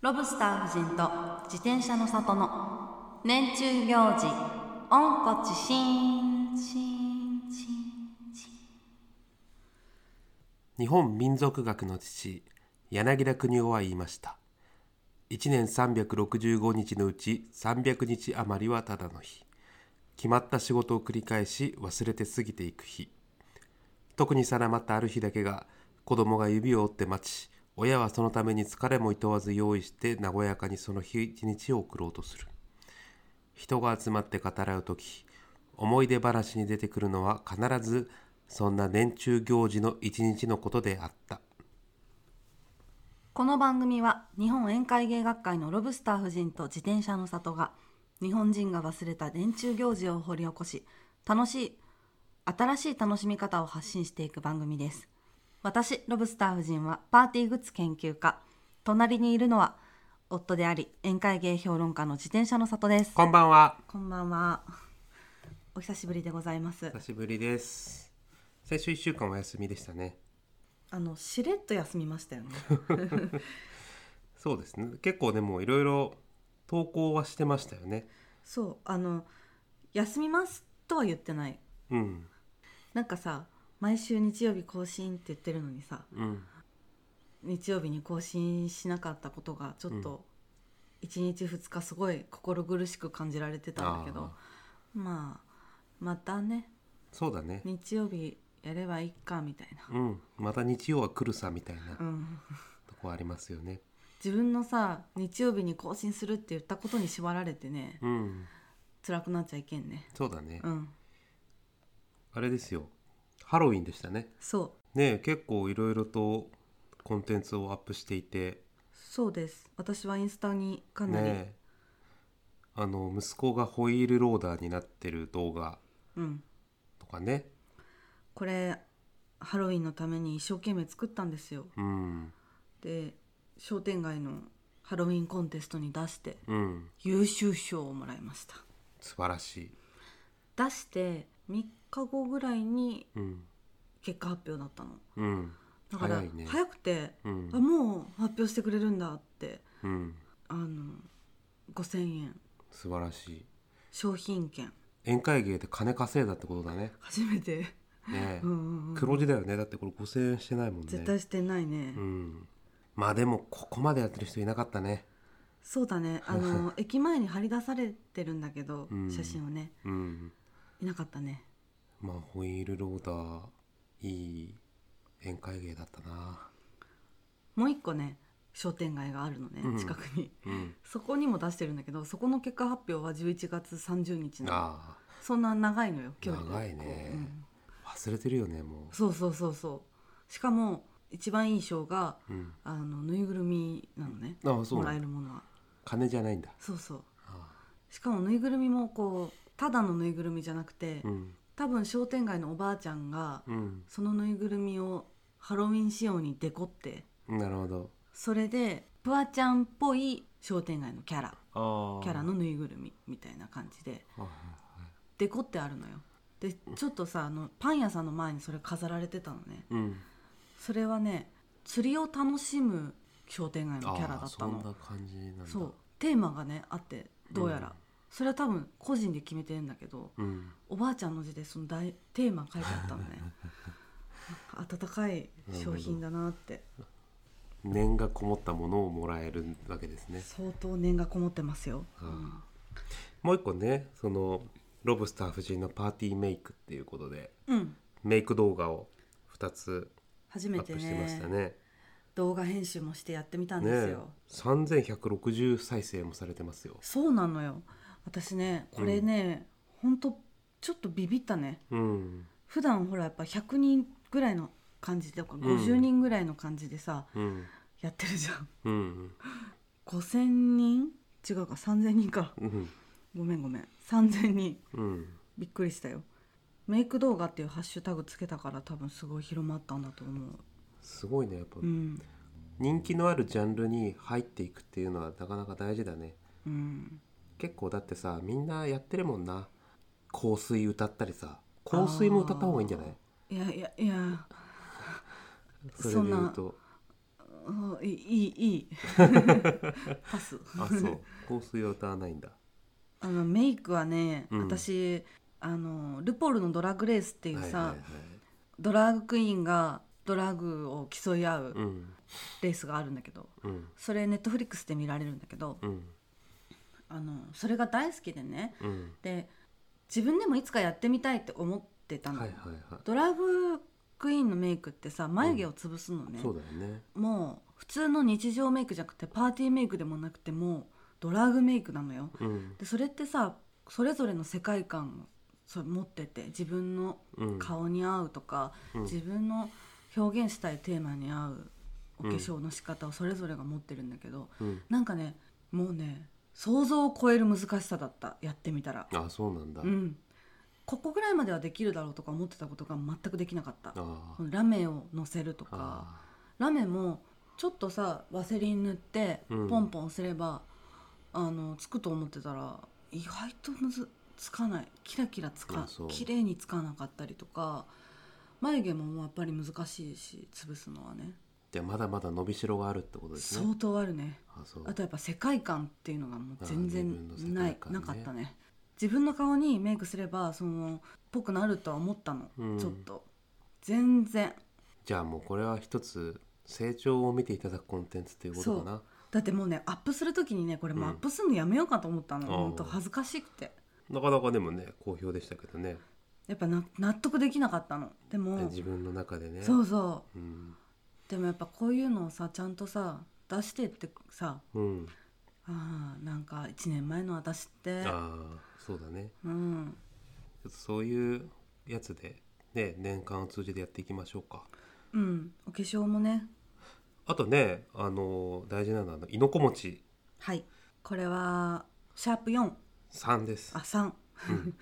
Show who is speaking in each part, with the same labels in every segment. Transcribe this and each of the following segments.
Speaker 1: ロブスター夫人と自転車の里の年中行事温故知新新新新
Speaker 2: 日本民族学の父柳田国夫は言いました1年365日のうち300日余りはただの日決まった仕事を繰り返し忘れて過ぎていく日特に定まったある日だけが子供が指を折って待ち親はそのために疲れも厭わず用意して和やかにその日一日を送ろうとする人が集まって語らう時思い出話に出てくるのは必ずそんな年中行事の一日のことであった
Speaker 1: この番組は日本宴会芸学会のロブスター夫人と自転車の里が日本人が忘れた年中行事を掘り起こし楽しい新しい楽しみ方を発信していく番組です私ロブスター夫人はパーティーグッズ研究家隣にいるのは夫であり宴会芸評論家の自転車の里です
Speaker 2: こんばんは
Speaker 1: こんばんはお久しぶりでございます
Speaker 2: 久しぶりです先週1週間お休みでしたね
Speaker 1: あのしれっと休みましたよ ね
Speaker 2: そうですね結構でもいろいろ投稿はしてましたよね
Speaker 1: そうあの休みますとは言ってない
Speaker 2: うん
Speaker 1: なんかさ毎週日曜日更新って言ってるのにさ
Speaker 2: うん
Speaker 1: 日曜日に更新しなかったことがちょっ
Speaker 2: うん
Speaker 1: と1日2日すごい心苦しく感じられてたんだけど、
Speaker 2: あ
Speaker 1: まあまたね
Speaker 2: そうだね
Speaker 1: 日曜日やればいいかみたいな、
Speaker 2: うんまた日曜は来るさみたいな
Speaker 1: うん、
Speaker 2: とこありますよね
Speaker 1: 自分のさ日曜日に更新するって言ったことに縛られてね
Speaker 2: うん
Speaker 1: 辛くなっちゃいけんね
Speaker 2: そうだね、
Speaker 1: うん
Speaker 2: あれですよハロウィンでしたね
Speaker 1: そう
Speaker 2: ねえ結構いろいろとコンテンツをアップしていて
Speaker 1: そうです私はインスタにかな
Speaker 2: ね
Speaker 1: り、
Speaker 2: えあの息子がホイールローダーになってる動画
Speaker 1: うん
Speaker 2: とかね
Speaker 1: これハロウィンのために一生懸命作ったんですよ
Speaker 2: うん
Speaker 1: で商店街のハロウィンコンテストに出して
Speaker 2: うん
Speaker 1: 優秀賞をもらいました
Speaker 2: 素晴らしい、
Speaker 1: 出して3日後ぐらいに
Speaker 2: うん
Speaker 1: 結果発表だったの
Speaker 2: うん
Speaker 1: だから
Speaker 2: 早いね
Speaker 1: くて、
Speaker 2: うん
Speaker 1: あもう発表してくれるんだって
Speaker 2: うん、
Speaker 1: あの5,000円
Speaker 2: 素晴らしい
Speaker 1: 商品券
Speaker 2: 宴会芸で金稼いだってことだね
Speaker 1: 初めて、
Speaker 2: ねえ
Speaker 1: うんうんうん
Speaker 2: 黒字だよねだってこれ5000円してないもんね
Speaker 1: 絶対してないね、
Speaker 2: うんまあでもここまでやってる人いなかったね
Speaker 1: そうだ ねあの駅前に張り出されてるんだけど、
Speaker 2: うん
Speaker 1: 写真をね
Speaker 2: うん
Speaker 1: いなかったね
Speaker 2: まあホイールローダーいい宴会芸だったな
Speaker 1: もう一個ね商店街があるのね、
Speaker 2: うん
Speaker 1: 近くに
Speaker 2: うん
Speaker 1: そこにも出してるんだけどそこの結果発表は11月30日の
Speaker 2: あ
Speaker 1: そんな長いのよ距離が
Speaker 2: 長いね
Speaker 1: こ
Speaker 2: あ忘れてるよね
Speaker 1: う
Speaker 2: も
Speaker 1: うんそうそうそうそうしかも一番いい賞が
Speaker 2: う、うん、
Speaker 1: あのぬいぐるみなのね
Speaker 2: ああそ
Speaker 1: も
Speaker 2: う
Speaker 1: ら
Speaker 2: な
Speaker 1: え
Speaker 2: んだ
Speaker 1: るものは
Speaker 2: 金じゃないんだ
Speaker 1: そうそう
Speaker 2: あ
Speaker 1: しかもぬいぐるみもこうただのぬいぐるみじゃなくて、
Speaker 2: あうん
Speaker 1: 多分商店街のおばあちゃんが
Speaker 2: うん
Speaker 1: そのぬいぐるみをハロウィン仕様にデコって
Speaker 2: なるほど
Speaker 1: それでプワちゃんっぽい商店街のキャラ
Speaker 2: ああ
Speaker 1: キャラのぬいぐるみみたいな感じで
Speaker 2: ああ
Speaker 1: デコってあるのよでちょっとさあのパン屋さんの前にそれ飾られてたのね
Speaker 2: うん
Speaker 1: それはね釣りを楽しむ商店街のキャラだ
Speaker 2: ああ
Speaker 1: った
Speaker 2: そんな
Speaker 1: の
Speaker 2: 感じなんだ
Speaker 1: そうテーマがねあってどうやら、
Speaker 2: うん
Speaker 1: それは多分個人で決めてるんだけど
Speaker 2: うん
Speaker 1: おばあちゃんの字でその大テーマ書いてあったの ねなんか温かい商品だなって
Speaker 2: 念がこもったものをもらえるわけですね
Speaker 1: 相当念がこもってますよ、
Speaker 2: あ
Speaker 1: う
Speaker 2: あ
Speaker 1: ん
Speaker 2: もう一個ねそのロブスター夫人のパーティーメイクっていうことで
Speaker 1: うん
Speaker 2: メイク動画を2つ
Speaker 1: 初
Speaker 2: ア
Speaker 1: め
Speaker 2: ッ
Speaker 1: て
Speaker 2: プ
Speaker 1: ね
Speaker 2: してましたね
Speaker 1: 動画編集もしてやってみたん
Speaker 2: ね
Speaker 1: です
Speaker 2: え
Speaker 1: よ、
Speaker 2: 3160再生もされてますよ
Speaker 1: そうなのよ私ねこれね、ほんとちょっとビビったね
Speaker 2: うん
Speaker 1: 普段ほらやっぱ100人ぐらいの感じとか
Speaker 2: ん
Speaker 1: 50人ぐらいの感じでさ、
Speaker 2: うん
Speaker 1: やってるじゃん
Speaker 2: うん
Speaker 1: 5000人違うか3000人か
Speaker 2: うん
Speaker 1: ごめんごめん3000人
Speaker 2: うん
Speaker 1: びっくりしたよメイク動画っていうハッシュタグつけたから多分すごい広まったんだと思う
Speaker 2: すごいねやっぱ
Speaker 1: うん
Speaker 2: 人気のあるジャンルに入っていくっていうのはなかなか大事だね
Speaker 1: うん
Speaker 2: 結構だってさみんなやってるもんな香水歌ったりさ香水も歌った方がいいんじゃない
Speaker 1: いやいやいや
Speaker 2: それで言うと
Speaker 1: うんいいいいい いパス
Speaker 2: あそう香水は歌わないんだ
Speaker 1: あのメイクはね、
Speaker 2: うん
Speaker 1: 私あのルポールの「ドラッグレース」っていうさ、
Speaker 2: はいはいはい
Speaker 1: ドラッグクイーンがドラッグを競い合う
Speaker 2: うん
Speaker 1: レースがあるんだけど、
Speaker 2: うん
Speaker 1: それネットフリックスで見られるんだけど、
Speaker 2: うん
Speaker 1: あのそれが大好きでね
Speaker 2: うん
Speaker 1: で自分でもいつかやってみたいって思ってたの、
Speaker 2: はいはいは
Speaker 1: ドラッグクイーンのメイクってさ眉毛を潰すのね、
Speaker 2: いそうだよね
Speaker 1: もう普通の日常メイクじゃなくてパーティーメイクでもなくてもうドラッグメイクなのよ
Speaker 2: うん
Speaker 1: でそれってさそれぞれの世界観をそう持ってて自分の
Speaker 2: うん
Speaker 1: 顔に合うとか、
Speaker 2: うん
Speaker 1: 自分の表現したいテーマに合うお化粧の仕方をそれぞれが持ってるんだけど、
Speaker 2: うん
Speaker 1: なんかねもうね想像を超える難しさだったやってみたら、
Speaker 2: あそうなんだ
Speaker 1: うん、ここぐらいまではできるだろうとか思ってたことが全くできなかった
Speaker 2: あ
Speaker 1: このラメをのせるとか
Speaker 2: ああ
Speaker 1: ラメもちょっとさワセリン塗って
Speaker 2: うん
Speaker 1: ポンポンすれば、あのつくと思ってたら意外とむずつかないキラキラつ
Speaker 2: い
Speaker 1: か
Speaker 2: やそう
Speaker 1: 綺麗につかなかったりとか眉毛もやっぱり難しいし潰すのはね
Speaker 2: じゃあまだまだ伸びしろがあるってことですね
Speaker 1: 相当あるね
Speaker 2: あそう
Speaker 1: あとやっぱ世界観っていうのがもう全
Speaker 2: あ
Speaker 1: 然
Speaker 2: ー自分の
Speaker 1: ない、
Speaker 2: 世界観ね
Speaker 1: なかったね自分の顔にメイクすればそのっぽくなるとは思ったの、
Speaker 2: うん
Speaker 1: ちょっと全然
Speaker 2: じゃあもうこれは一つ成長を見ていただくコンテンツということかな
Speaker 1: だってもうねアップする時にねこれもうアップするのやめようかと思ったの、
Speaker 2: あー
Speaker 1: ほんと恥ずかしくて
Speaker 2: なかなかでもね好評でしたけどね
Speaker 1: やっぱな納得できなかったのでも
Speaker 2: 自分の中でね
Speaker 1: そうそ
Speaker 2: うん
Speaker 1: うでもやっぱこういうのをさちゃんとさ出してってさ
Speaker 2: うん
Speaker 1: あーなんか1年前の私って
Speaker 2: ああそうだね
Speaker 1: うん
Speaker 2: ちょっとそういうやつでね年間を通じてやっていきましょうか
Speaker 1: うんお化粧もね
Speaker 2: あとねあの大事なのはあのいのこ餅
Speaker 1: はいこれはシャープ4
Speaker 2: さんです
Speaker 1: あ三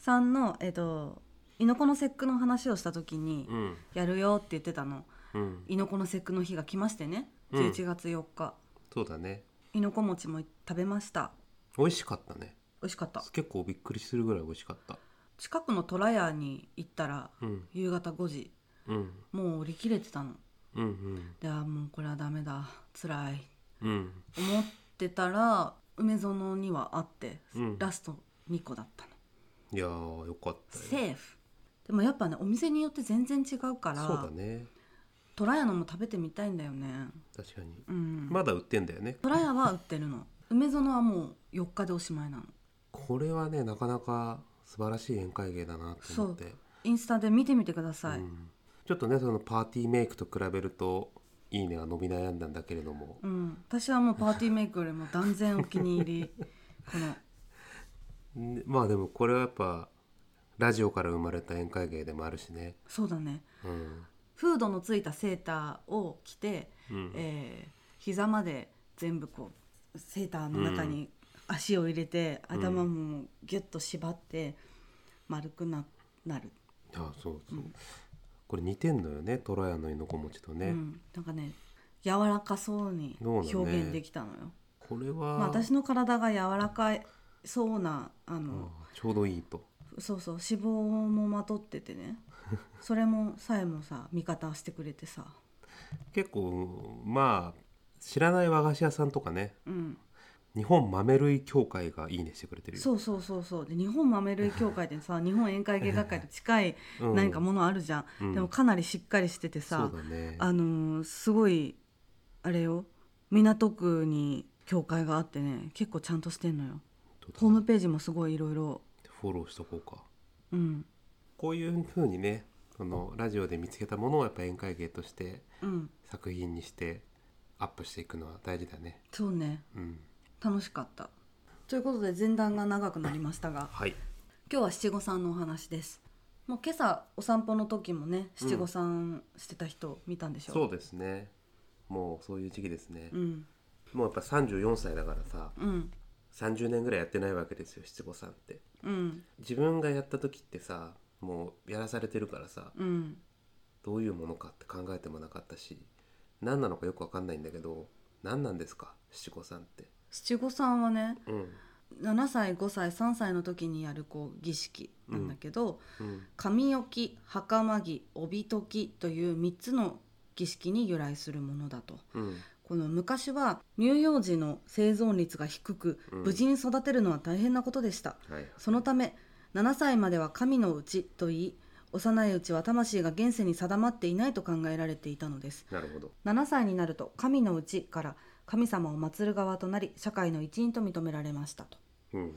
Speaker 1: 3のえっ、と「いのこの節句」の話をした時に
Speaker 2: うん
Speaker 1: 「やるよ」って言ってたの
Speaker 2: うん
Speaker 1: いのこの節句の日が来ましてね
Speaker 2: うん
Speaker 1: 11月4日、
Speaker 2: そうだね
Speaker 1: いのこ餅も食べました
Speaker 2: 美味しかったね
Speaker 1: 美味しかった
Speaker 2: 結構びっくりするぐらい美味しかった
Speaker 1: 近くの虎屋に行ったら
Speaker 2: うん
Speaker 1: 夕方5時
Speaker 2: うん
Speaker 1: もう売り切れてたの
Speaker 2: うんうん
Speaker 1: であーもうこれはダメだ辛い
Speaker 2: うん
Speaker 1: 思ってたら梅園にはあって、
Speaker 2: うん
Speaker 1: ラスト2個だったの
Speaker 2: いやーよかったよ
Speaker 1: セーフでもやっぱねお店によって全然違うか
Speaker 2: そう
Speaker 1: ら
Speaker 2: だね
Speaker 1: 虎屋のも食べてみたいんだよね
Speaker 2: 確かに
Speaker 1: うん
Speaker 2: まだ売ってんだよね
Speaker 1: 虎屋は売ってるの梅園はもう4日でおしまいなの
Speaker 2: これはねなかなか素晴らしい宴会芸だなと思って
Speaker 1: インスタで見てみてください、
Speaker 2: うんちょっとねそのパーティーメイクと比べると「いいね」は伸び悩んだんだけれども
Speaker 1: うん、私はもうパーティーメイクよりも断然お気に入 りこの
Speaker 2: んまあでもこれはやっぱラジオから生まれた宴会芸でもあるしね
Speaker 1: そうだね
Speaker 2: うん、
Speaker 1: フードのついたセーターを着て、
Speaker 2: うん
Speaker 1: えー膝まで全部こうセーターの中に足を入れて、
Speaker 2: ん
Speaker 1: 頭もギュッと縛って丸くななる、
Speaker 2: あそうそう、これ似てんのよね虎屋のいのこ餅とね、
Speaker 1: うん、なんかね柔らかそうに
Speaker 2: そう
Speaker 1: 表
Speaker 2: だね
Speaker 1: 現できたのよ、
Speaker 2: これは、
Speaker 1: まあ、私の体が柔らかいそうなあの、
Speaker 2: あちょうどいいと
Speaker 1: そうそう脂肪もまとってて ねそれもさえもさ味方してくれてさ
Speaker 2: 結構まあ知らない和菓子屋さんとかね
Speaker 1: うん
Speaker 2: 日本豆類協会が「いいね」してくれてるよ
Speaker 1: そうそうそうそうで日本豆類協会で さ日本宴会芸学会と近い
Speaker 2: うん
Speaker 1: 何かものあるじゃん、
Speaker 2: うん
Speaker 1: でもかなりしっかりしてて
Speaker 2: そ
Speaker 1: さ
Speaker 2: う、だね
Speaker 1: あのーすごいあれよ港区に協会があってね結構ちゃんとしてんのよホームページもすごいいろいろ
Speaker 2: フォローしとこうか
Speaker 1: うん
Speaker 2: こういうふうにねそのラジオで見つけたものをやっぱ宴会芸として
Speaker 1: うん
Speaker 2: 作品にしてアップしていくのは大事だね
Speaker 1: そうね
Speaker 2: うん
Speaker 1: 楽しかったということで前段が長くなりましたが
Speaker 2: はい
Speaker 1: 今日は七五三のお話ですもう今朝お散歩の時もね七五三してた人見たんでしょ
Speaker 2: そうですねもうそういう時期ですね、
Speaker 1: うん
Speaker 2: もうやっぱ34歳だからさ
Speaker 1: うん
Speaker 2: 30年ぐらいやってないわけですよ七五三って
Speaker 1: うん
Speaker 2: 自分がやった時ってさもうやらされてるからさ
Speaker 1: うん
Speaker 2: どういうものかって考えてもなかったし何なのかよくわかんないんだけど何なんですか七五三って
Speaker 1: 七五三はね
Speaker 2: うん
Speaker 1: 7歳5歳3歳の時にやるこう儀式なんだけど、
Speaker 2: うん
Speaker 1: 髪置き袴着帯解きという3つの儀式に由来するものだと。
Speaker 2: うん
Speaker 1: この昔は乳幼児の生存率が低く
Speaker 2: うん
Speaker 1: 無事に育てるのは大変なことでした、
Speaker 2: はい
Speaker 1: そのため7歳までは神のうちと言い幼いうちは魂が現世に定まっていないと考えられていたのです
Speaker 2: なるほど
Speaker 1: 7歳になると神のうちから神様を祀る側となり社会の一員と認められましたと
Speaker 2: うん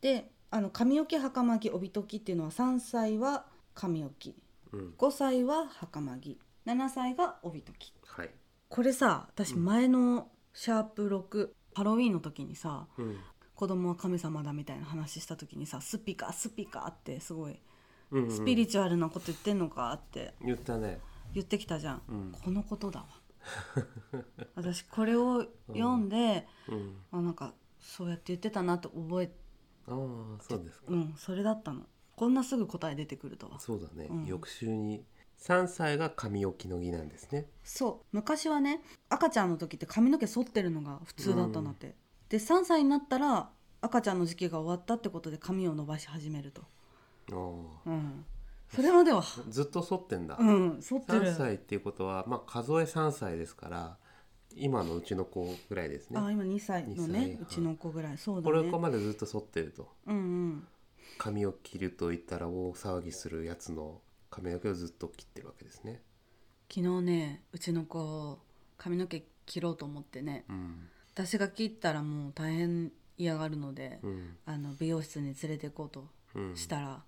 Speaker 1: であの神置き袴着帯解きっていうのは3歳は神置き
Speaker 2: うん
Speaker 1: 5歳は袴着7歳が帯解き
Speaker 2: はい
Speaker 1: これさ私
Speaker 2: うん
Speaker 1: 前のシャープ6ハロウィーンの時にさ
Speaker 2: うん
Speaker 1: 子供は神様だみたいな話した時にさスピカスピカってすごい
Speaker 2: うんうん
Speaker 1: スピリチュアルなこと言ってんのかって
Speaker 2: 言ったね
Speaker 1: 言ってきたじゃん、
Speaker 2: うん
Speaker 1: このこと だわ私これを読んで、
Speaker 2: うん
Speaker 1: あなんかそうやって言ってたなと覚え
Speaker 2: ああそうですか
Speaker 1: うんそれだったのこんなすぐ答え出てくるとは
Speaker 2: そうだね、
Speaker 1: うん
Speaker 2: 翌週に3歳が髪置きの儀なんですね
Speaker 1: そう昔はね赤ちゃんの時って髪の毛剃ってるのが普通だったんだって、で3歳になったら赤ちゃんの時期が終わったってことで髪を伸ばし始めると
Speaker 2: ああ
Speaker 1: うんそれま では
Speaker 2: ずっと剃ってんだ、
Speaker 1: うん剃ってる
Speaker 2: 3歳っていうことは、まあ、数え3歳ですから今のうちの子ぐらいです
Speaker 1: あ
Speaker 2: ね
Speaker 1: 今2歳のね
Speaker 2: 二歳はいう
Speaker 1: ちの子ぐらいそうだ
Speaker 2: こ
Speaker 1: ね
Speaker 2: れここまでずっと剃ってると
Speaker 1: うんうん
Speaker 2: 髪を切ると言ったら大騒ぎするやつの髪の毛をずっと切ってるわけですね
Speaker 1: 昨日ねうちの子髪の毛切ろうと思ってね
Speaker 2: うん
Speaker 1: 私が切ったらもう大変嫌がるので、
Speaker 2: うん
Speaker 1: あの美容室に連れて行こうと
Speaker 2: うん
Speaker 1: したら、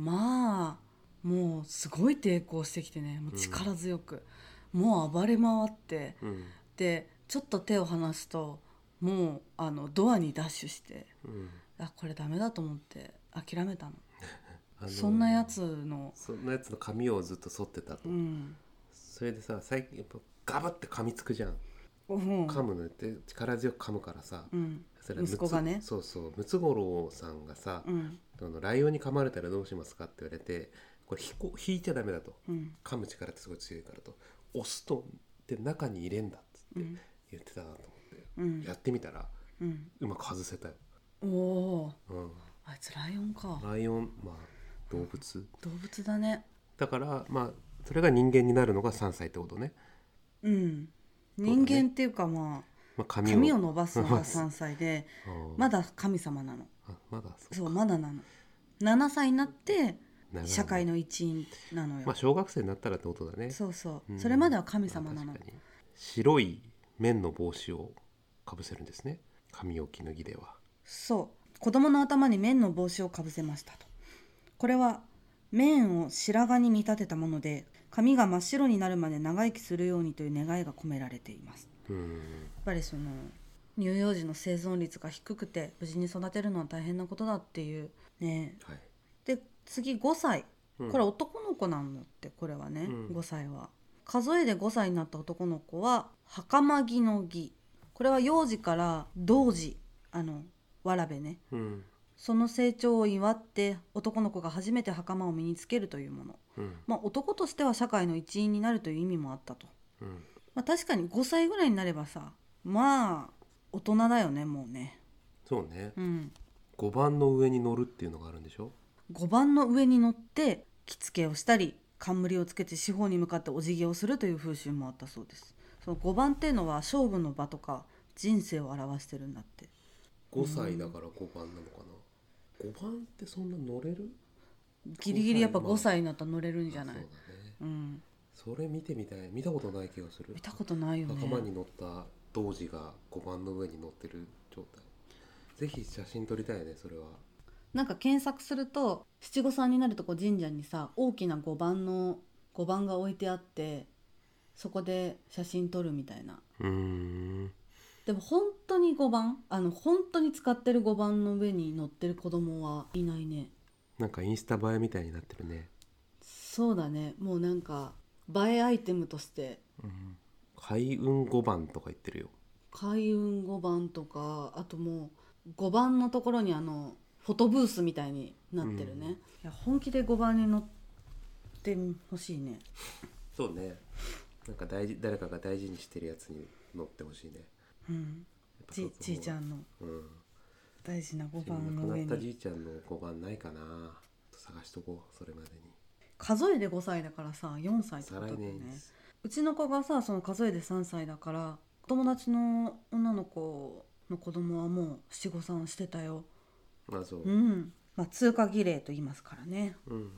Speaker 1: まあもうすごい抵抗してきてねもう力強く、もう暴れ回って
Speaker 2: うん
Speaker 1: でちょっと手を離すともうあのドアにダッシュして
Speaker 2: うん
Speaker 1: あこれダメだと思って諦めたの
Speaker 2: あの
Speaker 1: そんなやつの
Speaker 2: そんなやつの髪をずっと剃ってたと、
Speaker 1: うん、
Speaker 2: それでさ最近やっぱガバって噛みつくじゃん
Speaker 1: うん
Speaker 2: 噛むのって力強く噛むからさ、
Speaker 1: うん
Speaker 2: それはムツ
Speaker 1: 息子がね
Speaker 2: そうそうムツゴロウさんがさ、
Speaker 1: うん
Speaker 2: あのライオンに噛まれたらどうしますかって言われてこれ引こ引いちゃダメだと
Speaker 1: うん
Speaker 2: 噛む力ってすごい強いからと押すとで中に入れんだっつっ
Speaker 1: う
Speaker 2: て
Speaker 1: ん
Speaker 2: 言ってたなと思って、
Speaker 1: うん
Speaker 2: やってみたら
Speaker 1: うん
Speaker 2: うまく外せたよ、
Speaker 1: おお
Speaker 2: うん、
Speaker 1: ーあいつライオンか
Speaker 2: ライオンまあ動物
Speaker 1: 動物だね
Speaker 2: だからまあそれが人間になるのが3歳ってことね、
Speaker 1: うん
Speaker 2: だね
Speaker 1: 人間っていうかま
Speaker 2: まあ、
Speaker 1: あ
Speaker 2: 髪を
Speaker 1: 髪を伸ばすの
Speaker 2: 伸
Speaker 1: が
Speaker 2: ばす
Speaker 1: 3歳 で
Speaker 2: うん
Speaker 1: まだ神様なの
Speaker 2: あまだそう
Speaker 1: そうまだなの7歳になって
Speaker 2: 長いね
Speaker 1: 社会の一員なのよ、
Speaker 2: まあ小学生になったらってことだね
Speaker 1: そうそう、
Speaker 2: うん
Speaker 1: それまでは神様なの
Speaker 2: 確かに白い面の帽子をかぶせるんですね髪置きの儀では
Speaker 1: そう子供の頭に綿の帽子をかぶせましたとこれは綿を白髪に見立てたもので髪が真っ白になるまで長生きするようにという願いが込められています
Speaker 2: うん
Speaker 1: やっぱりその乳幼児の生存率が低くて無事に育てるのは大変なことだっていうね
Speaker 2: はい
Speaker 1: で次5歳
Speaker 2: うん
Speaker 1: これ男の子なんのってこれはね、
Speaker 2: うん
Speaker 1: 5歳は数えで5歳になった男の子は袴着の儀これは幼児から童児あのわらべね
Speaker 2: うん
Speaker 1: その成長を祝って男の子が初めて袴を身につけるというもの
Speaker 2: うん
Speaker 1: まあ男としては社会の一員になるという意味もあったと
Speaker 2: うん
Speaker 1: まあ、確かに5歳ぐらいになればさまあ大人だよねもうね
Speaker 2: そうね
Speaker 1: うん
Speaker 2: 5番の上に乗るっていうのがあるんでしょ
Speaker 1: 5番の上に乗って着付けをしたり冠をつけて四方に向かってお辞儀をするという風習もあったそうですその5番っていうのは勝負の場とか人生を表してるんだって
Speaker 2: 5歳だから5番なのかな5番ってそんな乗れる
Speaker 1: ギリギリやっぱ
Speaker 2: 5
Speaker 1: 5
Speaker 2: 歳
Speaker 1: 歳になったら乗れるんじゃない
Speaker 2: あそうだね
Speaker 1: うん
Speaker 2: それ見てみたい見たことない気がする
Speaker 1: 見たことないよね
Speaker 2: 袴に乗った童子が5番の上に乗ってる状態ぜひ写真撮りたいねそれは
Speaker 1: なんか検索すると七五三になるとこう神社にさ大きな5番の5番が置いてあってそこで写真撮るみたいな
Speaker 2: うん
Speaker 1: でも本当に5番あの本当に使ってる5番の上に乗ってる子供はいないね
Speaker 2: なんかインスタ映えみたいになってるね、
Speaker 1: そうだねもうなんか映えアイテムとして
Speaker 2: 開運5番とか言ってるよ
Speaker 1: 開運5番とかあともう5番のところにあのフォトブースみたいになってるね、
Speaker 2: うん
Speaker 1: いや本気で5番に乗ってほしいね
Speaker 2: そうねなんか大事誰かが大事にしてるやつに乗ってほしいね
Speaker 1: うん
Speaker 2: やっぱ
Speaker 1: じ
Speaker 2: そ
Speaker 1: じいちゃんの
Speaker 2: うん
Speaker 1: 大事な5
Speaker 2: 自分
Speaker 1: 番の
Speaker 2: 亡く
Speaker 1: 上
Speaker 2: なった
Speaker 1: に
Speaker 2: じいちゃんの5番ないかな探しとこうそれまでに
Speaker 1: 数えで5歳だからさ4歳って
Speaker 2: 再
Speaker 1: こと
Speaker 2: 来
Speaker 1: だよ
Speaker 2: 年
Speaker 1: ね
Speaker 2: です
Speaker 1: うちの子がさその数えで3歳だからお友達の女の子の子供はもう七五三してたよ
Speaker 2: まあそう
Speaker 1: う、ん、まあ、通過儀礼と言いますからね
Speaker 2: うん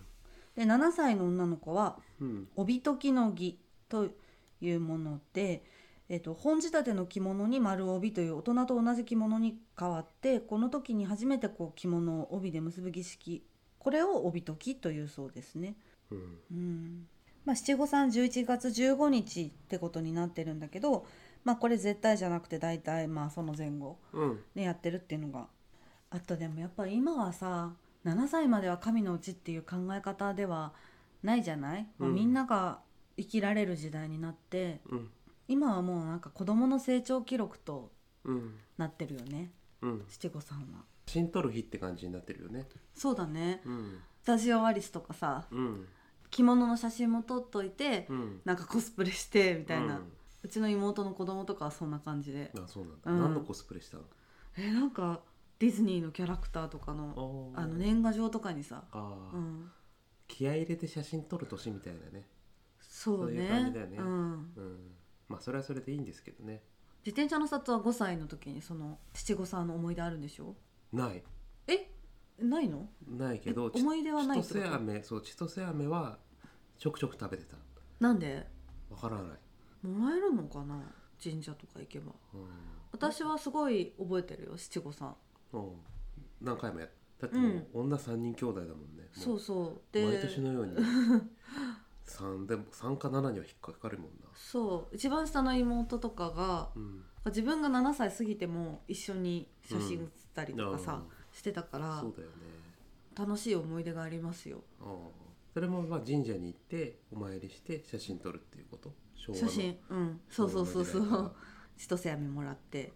Speaker 1: で7歳の女の子は
Speaker 2: うん、
Speaker 1: 帯解きの儀というもので、えっと本仕立ての着物に丸帯という大人と同じ着物に変わってこの時に初めてこう着物を帯で結ぶ儀式これを帯解きというそうですね。
Speaker 2: うん、
Speaker 1: うんまあ、七五三11月15日ってことになってるんだけど、まあ、これ絶対じゃなくて大体まあその前後、
Speaker 2: うん、
Speaker 1: ね、やってるっていうのがあとでもやっぱり今はさ7歳までは神のうちっていう考え方ではないじゃない、まあ
Speaker 2: うん
Speaker 1: みんなが生きられる時代になって
Speaker 2: うん、
Speaker 1: 今はもうなんか子どもの成長記録と
Speaker 2: うん、
Speaker 1: なってるよね
Speaker 2: うん、
Speaker 1: 七五三は。
Speaker 2: しんとる日って感じになってるよね。
Speaker 1: そうだね
Speaker 2: うん、
Speaker 1: スタジオアリスとかさ
Speaker 2: うん、
Speaker 1: 着物の写真も撮っといて、
Speaker 2: うん、
Speaker 1: なんかコスプレしてみたいな、
Speaker 2: うん
Speaker 1: うちの妹の子供とかはそんな感じで
Speaker 2: あ、そうなんだ。
Speaker 1: うん
Speaker 2: 何のコスプレしたの？
Speaker 1: えなんかディズニーのキャラクターとかの
Speaker 2: あー
Speaker 1: あの。年賀状とかにさ、
Speaker 2: ああ、
Speaker 1: うん、
Speaker 2: 気合い入れて写真撮る年みたいなね。
Speaker 1: そう
Speaker 2: そうい
Speaker 1: ね
Speaker 2: う感じだよね
Speaker 1: ん、
Speaker 2: うん、まあそれはそれでいいんですけどね。
Speaker 1: 自転車の里は5歳の時にその七五三の思い出あるんでしょ
Speaker 2: ない、
Speaker 1: えないの
Speaker 2: ないけど。
Speaker 1: え思い出はない
Speaker 2: っ
Speaker 1: ってこと
Speaker 2: と飴、そう、千歳飴はちょくちょく食べてた。
Speaker 1: なんで
Speaker 2: わからない。
Speaker 1: もらえるのかな神社とか行けば
Speaker 2: うん。
Speaker 1: 私はすごい覚えてるよ七五三
Speaker 2: うん、何回もやっだってもう女3人兄弟だもんね、
Speaker 1: そ
Speaker 2: も
Speaker 1: うそう
Speaker 2: う
Speaker 1: で
Speaker 2: 毎年のように 3, でも3か7には引っかかるもんな、
Speaker 1: そう一番下の妹とかが
Speaker 2: うん、
Speaker 1: 自分が7歳過ぎても一緒に写真写ったりとか
Speaker 2: う
Speaker 1: さ、
Speaker 2: ん
Speaker 1: してたから
Speaker 2: そうだよね
Speaker 1: 楽しい思い出がありますよ
Speaker 2: ああそれもまあ神社に行ってお参りして写真撮るっていうこと昭
Speaker 1: 写真うんそうそうそうそ
Speaker 2: 昭和の
Speaker 1: う千歳飴もらって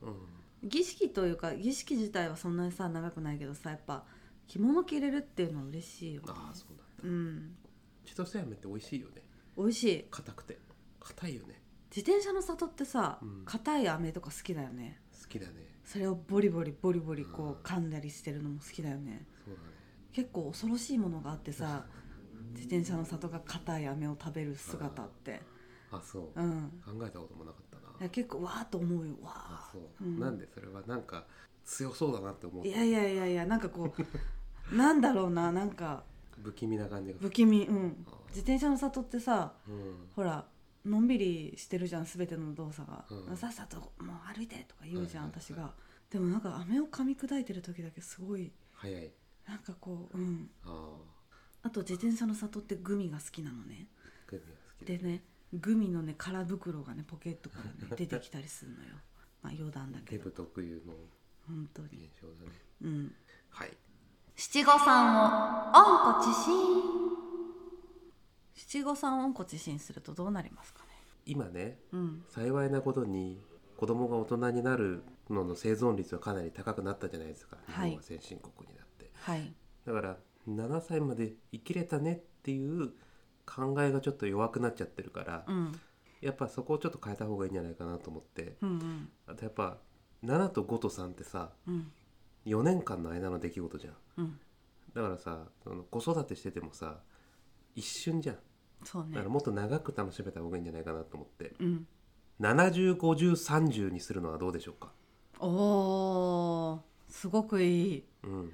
Speaker 2: 時
Speaker 1: 儀
Speaker 2: 代から
Speaker 1: 式というか儀式自体はそんなにさ長くないけどさやっぱ着物着れるっていうのは嬉しいよね
Speaker 2: うん、ああそうなんだ
Speaker 1: うん
Speaker 2: 千歳飴って美味しいよね
Speaker 1: 美味しい
Speaker 2: 硬くて硬いよね
Speaker 1: 自転車の里ってさ
Speaker 2: うん
Speaker 1: 硬、い飴とか好きだよね
Speaker 2: 好きだね
Speaker 1: それをボリボリボリボリこ
Speaker 2: うん
Speaker 1: う噛んだりしてるのも好きだよね
Speaker 2: そうだね
Speaker 1: 結構恐ろしいものがあってさ自転車の里が硬い飴を食べる姿って
Speaker 2: あそう、
Speaker 1: うん
Speaker 2: 考えたこともなかったない
Speaker 1: や結構わーっと思うよわ
Speaker 2: あ
Speaker 1: ー
Speaker 2: そう、
Speaker 1: うん
Speaker 2: なんでそれはなんか強そうだなって思う
Speaker 1: いやいやいやいやなんかこうなんだろうななんか
Speaker 2: 不気味な感じが
Speaker 1: 不気味うん
Speaker 2: あー
Speaker 1: 自転車の里ってさ
Speaker 2: うん
Speaker 1: ほらのんびりしてるじゃん全ての動作が、
Speaker 2: うん
Speaker 1: さっさともう歩いてとか言うじゃん、
Speaker 2: はいはいはい
Speaker 1: 私がでもなんか飴を噛み砕いてる時だけすごい
Speaker 2: 早い
Speaker 1: なんかこううん
Speaker 2: ああ
Speaker 1: あと自転車の里ってグミが好きなのね
Speaker 2: グミが好き
Speaker 1: でねグミのね空袋がねポケットからね出てきたりするのよ まあ余談だけ
Speaker 2: デ
Speaker 1: ど
Speaker 2: ブ特有の
Speaker 1: 本当に
Speaker 2: 現象だね
Speaker 1: うん
Speaker 2: はい
Speaker 1: 七五三を温故知新七五三を温故知新するとどうなりますかね
Speaker 2: 今ね
Speaker 1: うん
Speaker 2: 幸いなことに子供が大人になるのの生存率はかなり高くなったじゃないですか日
Speaker 1: はい
Speaker 2: 本は先進国になって、
Speaker 1: はい
Speaker 2: だから7歳まで生きれたねっていう考えがちょっと弱くなっちゃってるから、
Speaker 1: うん
Speaker 2: やっぱそこをちょっと変えた方がいいんじゃないかなと思って
Speaker 1: うんうん
Speaker 2: あとやっぱ7と5と3ってさ
Speaker 1: うん
Speaker 2: 4年間の間の出来事じゃん
Speaker 1: うん
Speaker 2: だからさその子育てしててもさ一瞬じゃん
Speaker 1: そう
Speaker 2: だ
Speaker 1: ね
Speaker 2: からもっと長く楽しめた方がいいんじゃないかなと思って
Speaker 1: うん
Speaker 2: 705030にするのはどうでしょうか
Speaker 1: おーすごくいい
Speaker 2: うん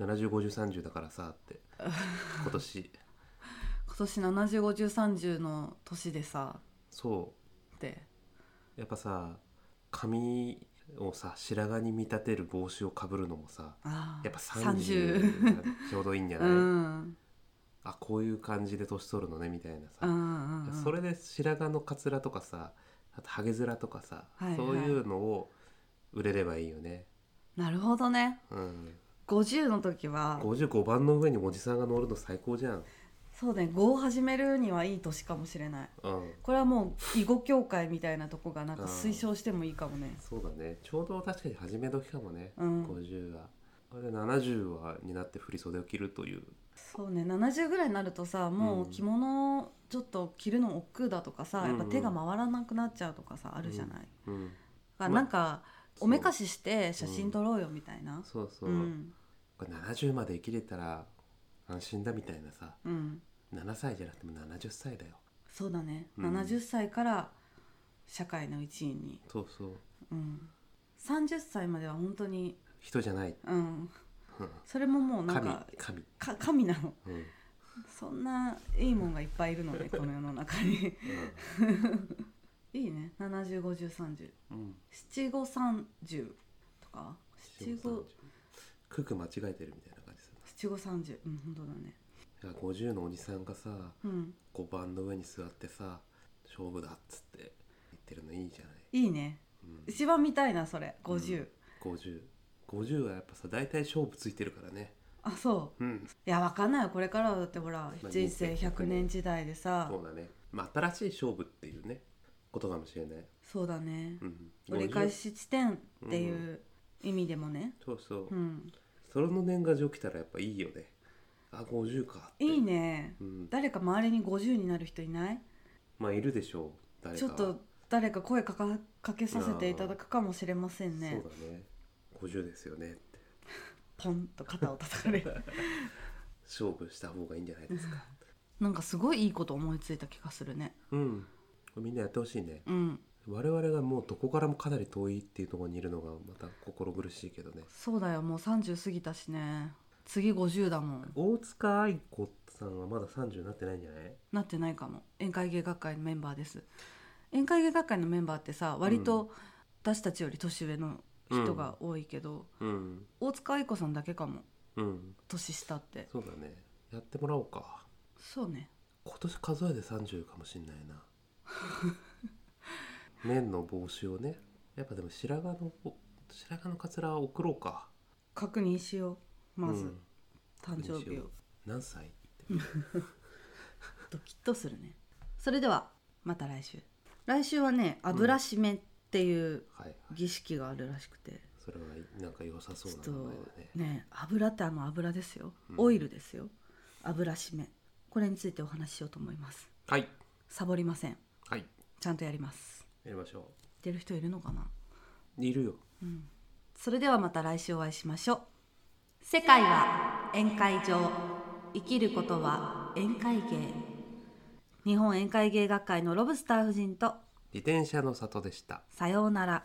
Speaker 2: 705030だから さって今年
Speaker 1: 今年705030の年でさ
Speaker 2: そ
Speaker 1: って
Speaker 2: うやっぱさ髪をさ白髪に見立てる帽子をかぶるのもさ
Speaker 1: あー
Speaker 2: やっぱ30が ちょうどいいんじゃ
Speaker 1: う
Speaker 2: ない、
Speaker 1: ん
Speaker 2: あこういう感じで年取るのねみたいなさ、
Speaker 1: うんうんうん
Speaker 2: それで白髪のかつらとかさあとハゲヅラとかさ、
Speaker 1: はいはい
Speaker 2: そういうのを売れればいいよね、
Speaker 1: なるほどね
Speaker 2: うん、
Speaker 1: 50の時は
Speaker 2: 55番の上におじさんが乗るの最高じゃん、
Speaker 1: そうね5を始めるにはいい年かもしれない
Speaker 2: うん、
Speaker 1: これはも う囲碁協会みたいなとこがなんか推奨してもいいかもね
Speaker 2: そうだねちょうど確かに始め時かもね、
Speaker 1: うん
Speaker 2: 50はあれ70はになって振り袖を着るという
Speaker 1: そうね70ぐらいになるとさもううん着物をちょっと着るの億劫だとかさ、
Speaker 2: うんうん
Speaker 1: やっぱ手が回らなくなっちゃうとかさあるじゃない、だか
Speaker 2: うん
Speaker 1: らなんか
Speaker 2: そう
Speaker 1: おめかしして写真撮ろうよみたいな
Speaker 2: そうそうう、
Speaker 1: ん
Speaker 2: これ70まで生きれたら安心だみたいなさ
Speaker 1: うん
Speaker 2: 7歳じゃなくても70歳だよ
Speaker 1: そうだね、
Speaker 2: うん
Speaker 1: 70歳から社会の一員に、
Speaker 2: そうそう
Speaker 1: うん、30歳までは本当に、
Speaker 2: 人じゃない
Speaker 1: うん、
Speaker 2: うん
Speaker 1: それももうなん
Speaker 2: 神
Speaker 1: か
Speaker 2: 神、
Speaker 1: か神なの
Speaker 2: うんうん
Speaker 1: そんないいもんがいっぱいいるの ねこの世の中にいいね7050307
Speaker 2: うん、
Speaker 1: 五三十とか七五
Speaker 2: 九九間違えてるみたいな感じする
Speaker 1: 七五三十うん本当だね
Speaker 2: な50のおじさんがさ
Speaker 1: うん
Speaker 2: 5番の上に座ってさ勝負だっつって言ってるのいいじゃない、
Speaker 1: いいね
Speaker 2: うん、
Speaker 1: 一番見たいなそれ50、
Speaker 2: 5050はやっぱさ大体勝負ついてるからね
Speaker 1: あそう
Speaker 2: うん
Speaker 1: いやわかんないよこれからはだってほら
Speaker 2: あ
Speaker 1: 人生
Speaker 2: 人生
Speaker 1: 100年時代でさ
Speaker 2: そうだねまあ新しい勝負っていうねことかもしれない、
Speaker 1: そうだね
Speaker 2: うん、
Speaker 1: 折り返し地点っていう意味でもね
Speaker 2: 50そうそ
Speaker 1: う
Speaker 2: う、
Speaker 1: ん
Speaker 2: その年賀状来たらやっぱいいよねあ50かって
Speaker 1: いい、ね
Speaker 2: うん、
Speaker 1: 誰か周りに50になる人いない
Speaker 2: まあいるでしょう誰か
Speaker 1: ちょっと誰か声かかかけさせていただくかもしれませんね
Speaker 2: そうだね50ですよねって
Speaker 1: ポンと肩を叩かれ る
Speaker 2: 勝負した方がいいんじゃないですか
Speaker 1: なんかすごいいいこと思いついた気がするね
Speaker 2: うんみんなやってほしいね
Speaker 1: うん
Speaker 2: 我々がもうどこからもかなり遠いっていうところにいるのがまた心苦しいけどね
Speaker 1: そうだよもう30過ぎたしね次50だもん
Speaker 2: 大塚愛子さんはまだ30になってないんじゃない
Speaker 1: なってないかも宴会芸学会のメンバーです宴会芸学会のメンバーってさ割と私たちより年上の人が多いけど、
Speaker 2: うん
Speaker 1: 大塚愛子さんだけかも
Speaker 2: うん
Speaker 1: 年下って
Speaker 2: そうだねやってもらおうか
Speaker 1: そうね
Speaker 2: 今年数えて30かもしんないな 面の帽子をねやっぱでも白髪のぼ白髪のかつらは送ろうか
Speaker 1: 確認しようまず、
Speaker 2: うん
Speaker 1: 誕生日を
Speaker 2: 何歳って
Speaker 1: ドキッとするねそれではまた来週来週はね油締めっていう
Speaker 2: はいはい
Speaker 1: 儀式があるらしくて、
Speaker 2: それはなんか良さそう
Speaker 1: ちょっ
Speaker 2: な
Speaker 1: と
Speaker 2: 名前だね
Speaker 1: ね油ってあの油ですよ、
Speaker 2: うん
Speaker 1: オイルですよ油締めこれについてお話ししようと思います
Speaker 2: はい
Speaker 1: サボりません
Speaker 2: はい
Speaker 1: ちゃんとやります
Speaker 2: やりましょ
Speaker 1: 言ってる人いるのかな
Speaker 2: ういるよ
Speaker 1: それではまた来週お会いしましょう世界は宴会場生きることは宴会芸日本宴会芸学会のロブスター夫人と
Speaker 2: 自転車の里でした
Speaker 1: さようなら